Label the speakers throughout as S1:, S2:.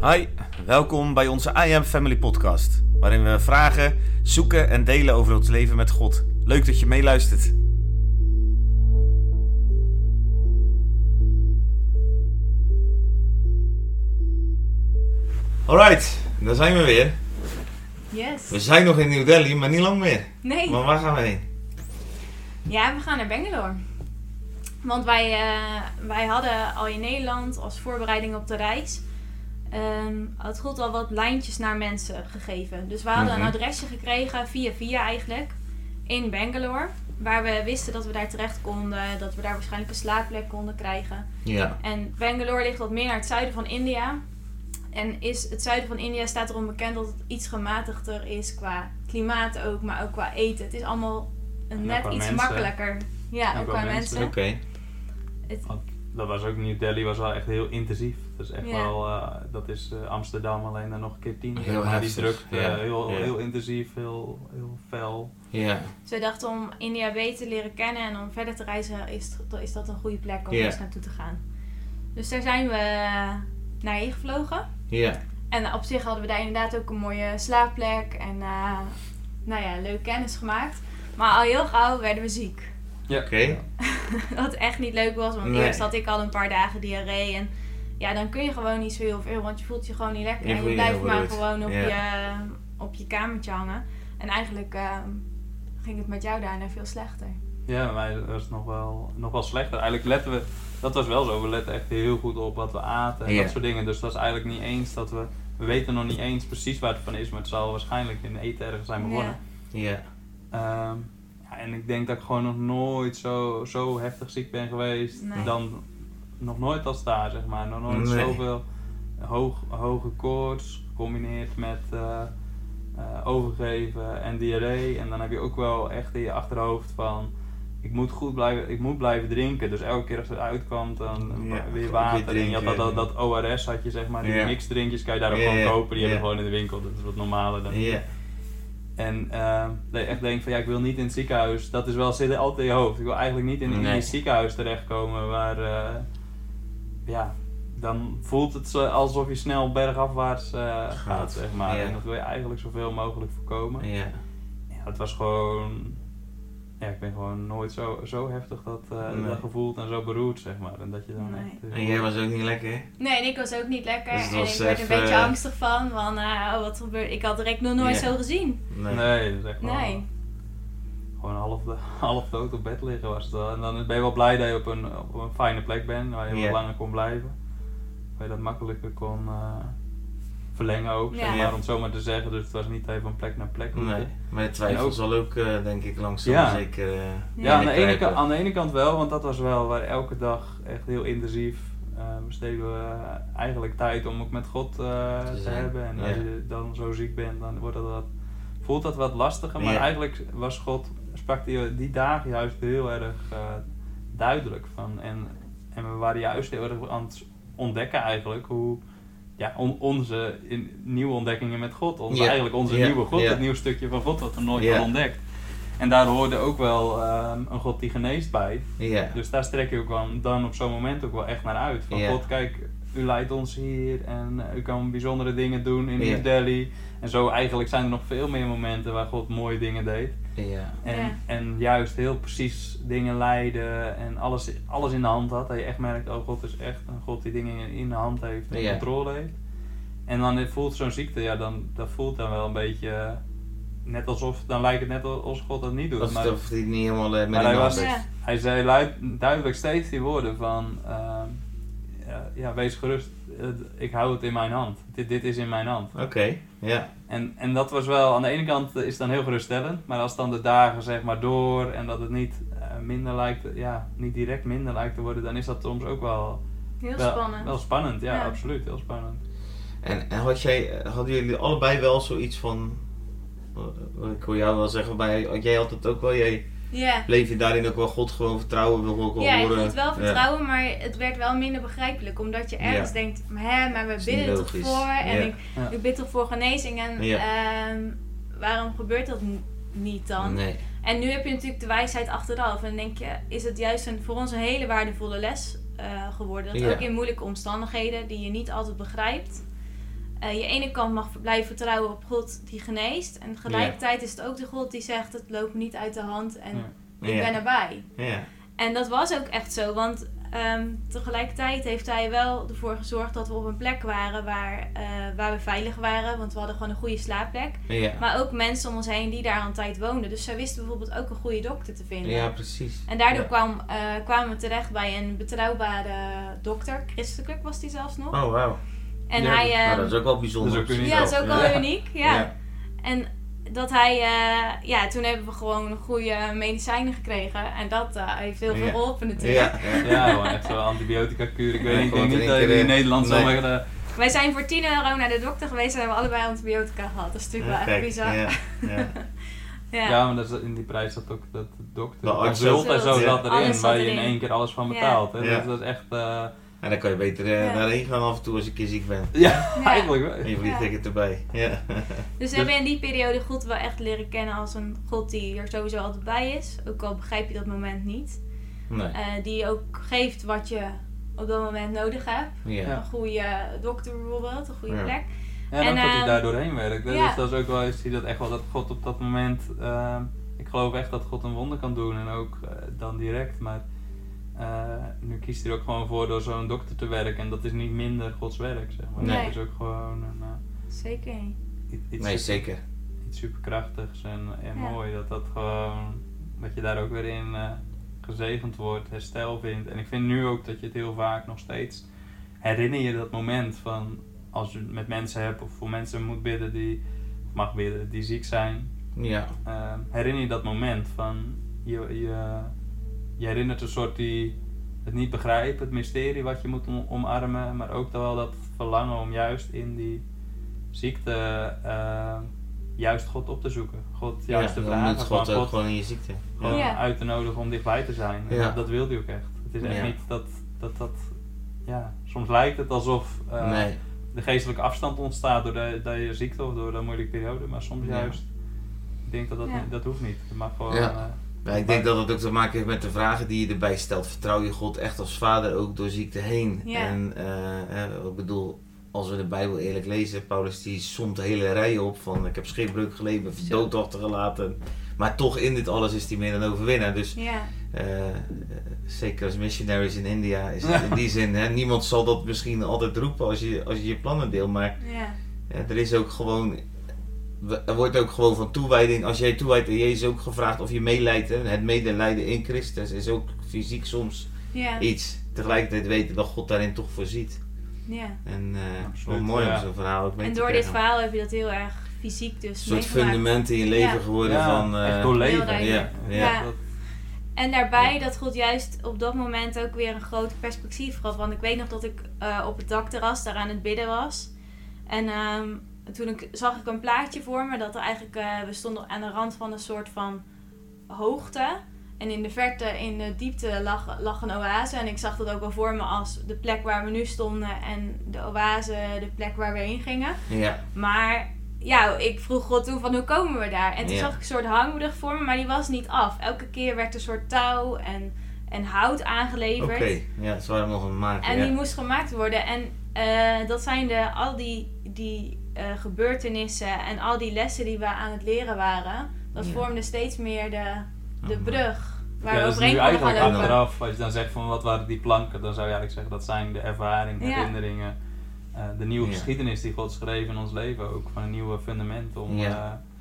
S1: Hi, welkom bij onze I Am Family podcast, waarin we vragen, zoeken en delen over ons leven met God. Leuk dat je meeluistert. Alright, daar zijn we weer. We
S2: Yes.
S1: zijn nog in New Delhi, maar niet lang meer.
S2: Nee.
S1: Maar waar gaan we heen?
S2: Ja, we gaan naar Bangalore. Want wij, eh, wij hadden al in Nederland als voorbereiding op de reis. ehm, had God al wat lijntjes naar mensen gegeven. Dus we hadden
S1: Mhm.
S2: een adresje gekregen, via via eigenlijk, in Bangalore. Waar we wisten dat we daar terecht konden, dat we daar waarschijnlijk een slaapplek konden krijgen.
S1: Ja.
S2: En Bangalore ligt wat meer naar het zuiden van India. En is het zuiden van India staat erom bekend dat het iets gematigder is qua klimaat ook, maar ook qua eten. Het is allemaal een
S3: En
S2: net
S3: qua
S2: iets
S3: mensen.
S2: makkelijker. Ja, ook qua mensen.
S1: Oké.
S2: Het-
S3: Dat was ook New Delhi was wel echt heel intensief. Dat is echt
S2: Ja.
S3: wel, eh, dat is eh, Amsterdam alleen dan nog een keer tien.
S1: Heel
S3: keer, maar
S1: heftig,
S3: Die drukte,
S1: ja,
S3: eh, heel,
S1: ja.
S3: heel intensief, heel, heel fel.
S1: Ja.
S2: Dus we dachten om India beter te leren kennen en om verder te reizen is, het- is dat een goede plek om
S1: Ja.
S2: eens naartoe te gaan. Dus daar zijn we naar heen gevlogen.
S1: Ja.
S2: En op zich hadden we daar inderdaad ook een mooie slaapplek en eh, nou ja, leuk kennis gemaakt. Maar al heel gauw werden we ziek.
S3: Ja.
S1: Oké.
S2: Wat echt niet leuk was, want
S1: Nee.
S2: eerst had ik al een paar dagen diarree. En ja, dan kun je gewoon niet zo heel veel, want je voelt je gewoon niet lekker.
S1: Je
S2: en
S1: voelt
S2: je
S1: je
S2: blijft
S1: heel
S2: maar
S1: goed.
S2: gewoon op,
S1: Ja.
S2: je, op je kamertje hangen. En eigenlijk ehm, ging het met jou daarna veel slechter.
S3: Ja, bij mij was het nog wel, nog wel slechter. Eigenlijk letten we, dat was wel zo, we letten echt heel goed op wat we aten en
S1: Ja.
S3: dat soort dingen. Dus dat is eigenlijk niet eens dat we, we weten nog niet eens precies waar het van is, maar het zal waarschijnlijk in eten ergens zijn begonnen.
S2: Ja.
S1: Ja.
S3: Ehm, ja, en ik denk dat ik gewoon nog nooit zo, zo heftig ziek ben geweest.
S2: Nee.
S3: Dan nog nooit als daar, zeg maar. Nog nooit
S1: Nee.
S3: zoveel hoog, hoge koorts gecombineerd met eh, eh, overgeven en diarree. En dan heb je ook wel echt in je achterhoofd van... Ik moet goed blijven, ik moet blijven drinken. Dus elke keer als het uitkwam, dan
S1: Ja,
S3: weer
S1: weer
S3: water. en je
S1: drinken,
S3: had dat, dat,
S1: ja.
S3: dat ORS had je, zeg maar. Die
S1: Ja.
S3: mixdrinkjes kan je daar ook
S1: Ja,
S3: gewoon
S1: ja,
S3: kopen. Die
S1: ja.
S3: hebben we gewoon in de winkel. Dat is wat normaler dan
S1: Ja.
S3: en eh, dat je echt denkt van ja, ik wil niet in het ziekenhuis. Dat is wel zitten altijd in je hoofd. Ik wil eigenlijk niet in, in
S1: Nee.
S3: het ziekenhuis terechtkomen waar eh, ja, dan voelt het zo alsof je snel bergafwaarts eh, gaat, zeg maar.
S1: ja.
S3: En dat wil je eigenlijk zoveel mogelijk voorkomen.
S1: Ja.
S3: Ja, het was gewoon. Ja, ik ben gewoon nooit zo, zo heftig dat, eh,
S1: Nee.
S3: dat gevoeld en zo beroerd, zeg maar. En dat je dan
S2: Nee.
S3: echt- eh,
S1: En jij was ook niet lekker, hè?
S2: Nee, en ik was ook niet lekker.
S1: Dus het
S2: en
S1: was
S2: ik werd
S1: even,
S2: een beetje
S1: eh,
S2: angstig van, van eh, oh, wat gebeurt Ik had direct nog nooit
S1: Ja.
S2: zo gezien.
S3: Nee, dat is echt wel-
S2: Nee.
S3: gewoon half, half dood op bed liggen was het wel. En dan ben je wel blij dat je op een, op een fijne plek bent, waar je
S1: Ja.
S3: wat langer kon blijven. Waar je dat makkelijker kon eh, verlengen ook,
S2: Ja.
S3: zeg
S1: Ja.
S3: maar, om het zo maar te zeggen. Dus het was niet even van plek naar plek. hoefde.
S1: Nee, maar de twijfel
S3: En ook-
S1: zal ook, eh, denk ik, langzaam
S3: Ja.
S1: zeker. eh,
S3: Ja, aan de,
S1: binnenkruipen.
S3: ene kant, aan de ene kant wel, want dat was wel waar elke dag echt heel intensief eh, besteden we eh, eigenlijk tijd om ook met God eh,
S1: Te
S3: te,
S1: zijn,
S3: hebben. En
S1: ja.
S3: als je dan zo ziek bent, dan wordt dat wat, voelt dat wat lastiger. Maar
S1: Ja.
S3: eigenlijk was God, sprak die, die dagen juist heel erg eh, duidelijk van. En, en we waren juist heel erg aan het ontdekken eigenlijk hoe... Ja, on- onze in, nieuwe ontdekkingen met God. Onze,
S1: Ja.
S3: Eigenlijk onze
S1: Ja.
S3: nieuwe God.
S1: Ja.
S3: Het nieuw stukje van God wat we nooit
S1: Ja.
S3: hadden ontdekt. En daar hoorde ook wel ehm, een God die geneest bij.
S1: Ja.
S3: Dus daar strek je ook wel, dan op zo'n moment ook wel echt naar uit. Van
S1: Ja.
S3: God, kijk, u leidt ons hier en eh, u kan bijzondere dingen doen
S1: Ja.
S3: in New Delhi. En zo eigenlijk zijn er nog veel meer momenten waar God mooie dingen deed.
S1: ja.
S3: En,
S2: Ja.
S3: en juist heel precies dingen leiden en alles, alles in de hand had. Dat je echt merkt, oh God is echt een God die dingen in de hand heeft en
S1: Ja.
S3: controle heeft. En dan voelt zo'n ziekte, ja, dan, dat voelt dan wel een beetje... eh, Net alsof, dan lijkt het net alsof God dat niet doet.
S1: Alsof
S3: maar-
S1: het- of die niet helemaal eh, met
S3: Maar
S1: een
S3: hij was-
S1: hand
S2: Ja.
S1: heeft.
S3: hij zei luid, duidelijk steeds die woorden van... ehm, ja, ja, wees gerust. het- ik hou het in mijn hand. Dit, dit is in mijn hand.
S1: Oké, ja.
S3: En, en dat was wel... Aan de ene kant eh, is het dan heel geruststellend. Maar als dan de dagen zeg maar door... En dat het niet eh, minder lijkt... Ja, niet direct minder lijkt te worden... Dan is dat soms ook wel...
S2: Heel
S3: wel,
S2: spannend.
S3: Wel spannend, ja,
S2: Ja.
S3: absoluut. Heel spannend.
S1: En, en had jij, hadden jullie allebei wel zoiets van. eh, Ik hoor jou wel zeggen, maar jij- jij had het ook wel. Jij
S2: Ja.
S1: bleef je daarin ook wel God gewoon vertrouwen, wil ook wel
S2: Ja, je
S1: horen.
S2: voelt wel
S1: Ja.
S2: vertrouwen, maar het werd wel minder begrijpelijk. Omdat je ergens
S1: Ja.
S2: denkt, hè, maar we
S1: Is niet
S2: bidden toch
S1: logisch.
S2: voor. En
S1: Ja.
S2: ik,
S3: Ja.
S2: ik bid toch voor genezing. En
S1: Ja.
S2: ehm, waarom gebeurt dat n- niet dan?
S1: Nee.
S2: En nu heb je natuurlijk de wijsheid achteraf. En dan denk je, is het juist een, voor ons een hele waardevolle les eh, geworden. Dat
S1: Ja.
S2: ook in moeilijke omstandigheden die je niet altijd begrijpt. eh, je ene kant mag blijven vertrouwen op God die geneest. En tegelijkertijd is het ook de God die zegt, het loopt niet uit de hand en ik ben erbij.
S1: Ja.
S2: En dat was ook echt zo, want ehm, tegelijkertijd heeft hij wel ervoor gezorgd dat we op een plek waren waar, eh, waar we veilig waren. Want we hadden gewoon een goede slaapplek.
S4: Ja.
S2: Maar ook mensen om ons heen die daar aan tijd woonden. Dus zij wisten bijvoorbeeld ook een goede dokter te vinden.
S4: Ja, precies.
S2: En daardoor
S4: Ja.
S2: kwam, eh, kwamen we terecht bij een betrouwbare dokter. Christelijk was die zelfs nog.
S4: Oh, wauw.
S2: en
S4: Ja,
S2: hij,
S4: nou,
S2: ehm,
S4: dat is ook wel bijzonder.
S3: dat is ook
S4: op
S3: uniek.
S2: ja,
S4: zichzelf.
S2: dat is ook wel
S4: Ja.
S2: uniek. Ja.
S4: Ja.
S2: En dat hij, eh, ja, toen hebben we gewoon goede medicijnen gekregen. En dat eh, heeft heel veel
S1: Ja.
S2: geholpen natuurlijk.
S4: Ja. ja.
S3: Dus Ja, gewoon echt zo'n antibiotica kuur. Ik weet
S4: Ja,
S3: niet, ik
S4: gewoon
S3: denk niet
S4: in
S3: dat
S4: één
S3: je
S4: keer,
S3: in
S4: eh,
S3: Nederland
S4: nee.
S3: zo maar eh,
S2: Wij zijn voor 10 euro naar de dokter geweest en hebben allebei antibiotica gehad. Dat is natuurlijk wel
S1: Kijk,
S2: echt bizar.
S1: Ja. Ja.
S2: Ja.
S3: Ja, maar dat is, in die prijs zat ook dat dokter,
S1: De
S4: Nou,
S1: arts
S3: consult en zo
S1: zelf.
S3: zat
S1: Ja.
S3: erin,
S2: Alles zat
S3: waar je in
S2: erin.
S3: één keer alles van
S2: Ja.
S3: betaalt. Hè?
S1: Ja.
S3: Dat, dat is echt, eh,
S4: En dan kan je beter eh,
S2: Ja.
S4: daarheen gaan af en toe als je een keer ziek bent.
S3: ja,
S2: Ja.
S3: eigenlijk wel.
S4: En je vliegticket erbij. Ja.
S2: Dus we hebben in die periode God wel echt leren kennen als een God die er sowieso altijd bij is. Ook al begrijp je dat moment niet.
S4: Nee.
S2: Eh, die ook geeft wat je op dat moment nodig hebt.
S4: Ja.
S2: Een goede dokter bijvoorbeeld, een goede
S4: Ja.
S2: plek.
S3: Ja, en,
S2: En,
S3: ook dat hij
S2: ehm,
S3: daar doorheen werkt. hè.
S2: ja.
S3: Dus dat is ook wel, je ziet dat echt wel dat God op dat moment, ehm, ik geloof echt dat God een wonder kan doen en ook eh, dan direct. Maar eh, nu kiest hij er ook gewoon voor door zo'n dokter te werken en dat is niet minder Gods werk, zeg maar.
S4: Nee.
S3: Dat is ook gewoon een, eh,
S2: Zeker niet.
S3: i- iets,
S4: Nee,
S3: super-
S4: zeker.
S3: iets superkrachtigs en, en
S2: Ja.
S3: mooi. Dat dat gewoon, dat je daar ook weer in eh, gezegend wordt, herstel vindt. En ik vind nu ook dat je het heel vaak nog steeds herinner je dat moment van als je het met mensen hebt of voor mensen moet bidden die, of mag bidden, die ziek zijn.
S4: Ja.
S3: eh, herinner je dat moment van je, je, je herinnert een soort die het niet begrijpen, het mysterie wat je moet om- omarmen, maar ook wel dat verlangen om juist in die ziekte eh, juist God op te zoeken. God
S4: Ja,
S3: juist te
S4: dan
S3: vragen
S4: moet God
S3: van
S4: ook
S3: God
S4: gewoon in je ziekte.
S3: gewoon
S2: Ja.
S3: uit te nodigen om dichtbij te zijn. En
S4: Ja.
S3: Dat, dat wil hij ook echt. Het is echt
S4: Ja.
S3: niet dat dat, dat ja, soms lijkt het alsof eh,
S4: Nee.
S3: de geestelijke afstand ontstaat door de, dat je ziekte of door een moeilijke periode, maar soms
S4: Ja.
S3: juist. Ik denk dat dat,
S2: Ja.
S3: niet- dat hoeft niet. Je mag gewoon.
S4: Ja.
S3: eh,
S4: Maar ik denk dat het ook te maken heeft met de vragen die je erbij stelt. Vertrouw je God echt als vader ook door ziekte heen?
S2: Ja.
S4: En eh, eh, ik bedoel, als we de Bijbel eerlijk lezen, Paulus die somt de hele rij op van ik heb schipbreuk geleden,
S2: Zo.
S4: dood achtergelaten. Maar toch in dit alles is hij meer dan overwinnaar. Dus
S2: Ja,
S4: eh, eh, zeker als missionaries in India is het
S3: Ja.
S4: in die zin, hè, niemand zal dat misschien altijd roepen als je als je, je plannen deelt. Maar
S2: ja,
S4: ja, er is ook gewoon. Er wordt ook gewoon van toewijding. Als jij toewijdt aan Jezus ook gevraagd of je meeleidt. hè. Het medelijden in Christus is ook fysiek soms
S2: ja,
S4: iets. Tegelijkertijd weten dat God daarin toch voorziet.
S2: ja.
S4: En eh
S3: Absoluut,
S4: wel mooi om
S3: ja.
S4: zo'n verhaal ook mee
S2: En
S4: te
S2: door dit
S4: krijgen.
S2: verhaal heb je dat heel erg fysiek dus
S4: Een soort
S2: meegemaakt.
S4: fundament in je leven
S2: Ja.
S4: geworden
S3: ja,
S4: van. eh,
S3: echt doorleven.
S2: heel
S4: ja, ja.
S2: Ja.
S3: Dat-
S2: En daarbij dat God juist op dat moment ook weer een groot perspectief gaf. Want ik weet nog dat ik eh, op het dakterras daar aan het bidden was. En ehm, toen ik, zag ik een plaatje voor me dat er eigenlijk... eh, we stonden aan de rand van een soort van hoogte. En in de verte, in de diepte, lag, lag een oase. En ik zag dat ook wel voor me als de plek waar we nu stonden. En de oase, de plek waar we heen gingen.
S4: ja.
S2: Maar ja, ik vroeg God toen van hoe komen we daar? En toen
S4: Ja.
S2: zag ik een soort hangbrug voor me, maar die was niet af. Elke keer werd een soort touw en, en hout
S4: Oké,
S2: aangeleverd.
S4: ja, ze waren hem nog aan het maken.
S2: En
S4: ja.
S2: die moest gemaakt worden. En eh, dat zijn de, al die, die eh, gebeurtenissen en al die lessen die we aan het leren waren. Dat
S4: Ja.
S2: vormde steeds meer de, de
S4: Oh,
S2: brug waar
S3: ja,
S2: we
S3: dat is nu
S2: overheen konden gaan
S3: eigenlijk
S2: lopen.
S3: achteraf, als je dan zegt van wat waren die planken, dan zou je eigenlijk zeggen dat zijn de ervaringen,
S2: Ja.
S3: herinneringen, eh, de nieuwe
S4: Ja.
S3: geschiedenis die God schreef in ons leven ook, van een nieuwe fundament om...
S4: Ja.
S3: eh,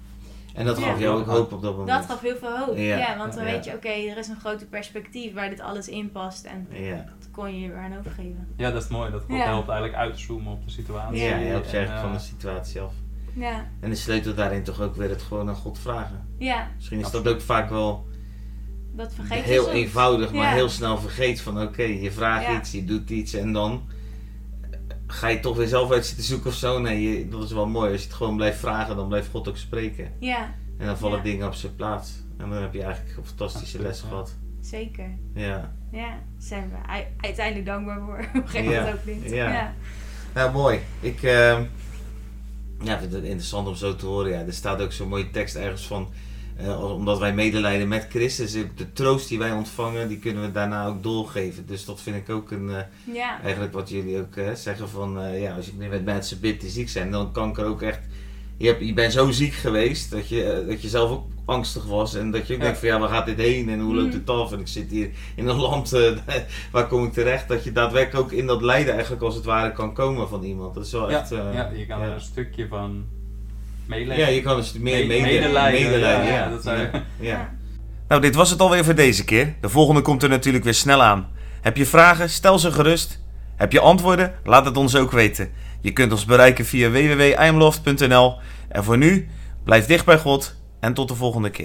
S4: En dat
S2: Ja.
S4: gaf jou ook hoop op dat moment.
S2: Dat gaf heel veel hoop.
S4: Ja.
S2: Ja, want dan
S4: Ja.
S2: weet je, oké, er is een groter perspectief waar dit alles in past. En
S4: Ja,
S2: dat kon je je weer aan overgeven.
S3: ja, dat is mooi, dat God
S2: Ja.
S3: helpt eigenlijk uit te zoomen op de situatie.
S4: ja, je helpt je
S3: En,
S4: eigenlijk van
S3: eh,
S4: de situatie af.
S2: Ja,
S4: En de sleutel daarin toch ook weer het gewoon aan God vragen.
S2: ja.
S4: Misschien is dat ook vaak wel
S2: Dat vergeet je
S4: heel
S2: soms.
S4: eenvoudig, maar
S2: Ja.
S4: heel snel vergeet van oké, je vraagt
S2: Ja.
S4: iets, je doet iets en dan eh, ga je toch weer zelf uit zitten zoeken of zo. Nee, je- dat is wel mooi. Als je het gewoon blijft vragen, dan blijft God ook spreken.
S2: Ja,
S4: En dan vallen
S2: Ja.
S4: dingen op zijn plaats. En dan heb je eigenlijk een fantastische les
S3: Ja.
S4: gehad.
S2: zeker.
S4: Ja.
S2: Ja, daar zijn we u- uiteindelijk dankbaar voor. Op een gegeven
S4: Ja.
S2: moment ook niet.
S4: Ja.
S2: Ja.
S4: Nou, mooi. Ik ehm, ja, vind het interessant om zo te horen. Ja, er staat ook zo'n mooie tekst ergens van. Eh, als- omdat wij medelijden met Christus, ook de troost die wij ontvangen, die kunnen we daarna ook doorgeven. Dus dat vind ik ook een, eh,
S2: Ja,
S4: eigenlijk wat jullie ook eh, zeggen van, eh, ja, als je nu met mensen bidt die ziek zijn, dan kan ik er ook echt, je, hebt, je bent zo ziek geweest dat je, eh, dat je zelf ook angstig was en dat je ook
S3: Ja.
S4: denkt van, ja, waar gaat dit heen en hoe loopt
S2: Mm.
S4: het af en ik zit hier in een land, eh, waar kom ik terecht? Dat je daadwerkelijk ook in dat lijden eigenlijk als het ware kan komen van iemand. Dat is wel echt... eh,
S3: ja, je kan dus
S4: ja.
S3: er een stukje van
S4: Ja,
S3: meeleven.
S4: je kan dus meer
S3: Mede-
S4: mede-
S3: medelijden,
S4: medelijden.
S3: ja,
S4: ja.
S3: dat zou je-
S4: Ja, ja.
S1: Nou, dit was het alweer voor deze keer. De volgende komt er natuurlijk weer snel aan. Heb je vragen? Stel ze gerust. Heb je antwoorden? Laat het ons ook weten. Je kunt ons bereiken via www.imloft.nl. En voor nu, blijf dicht bij God en tot de volgende keer.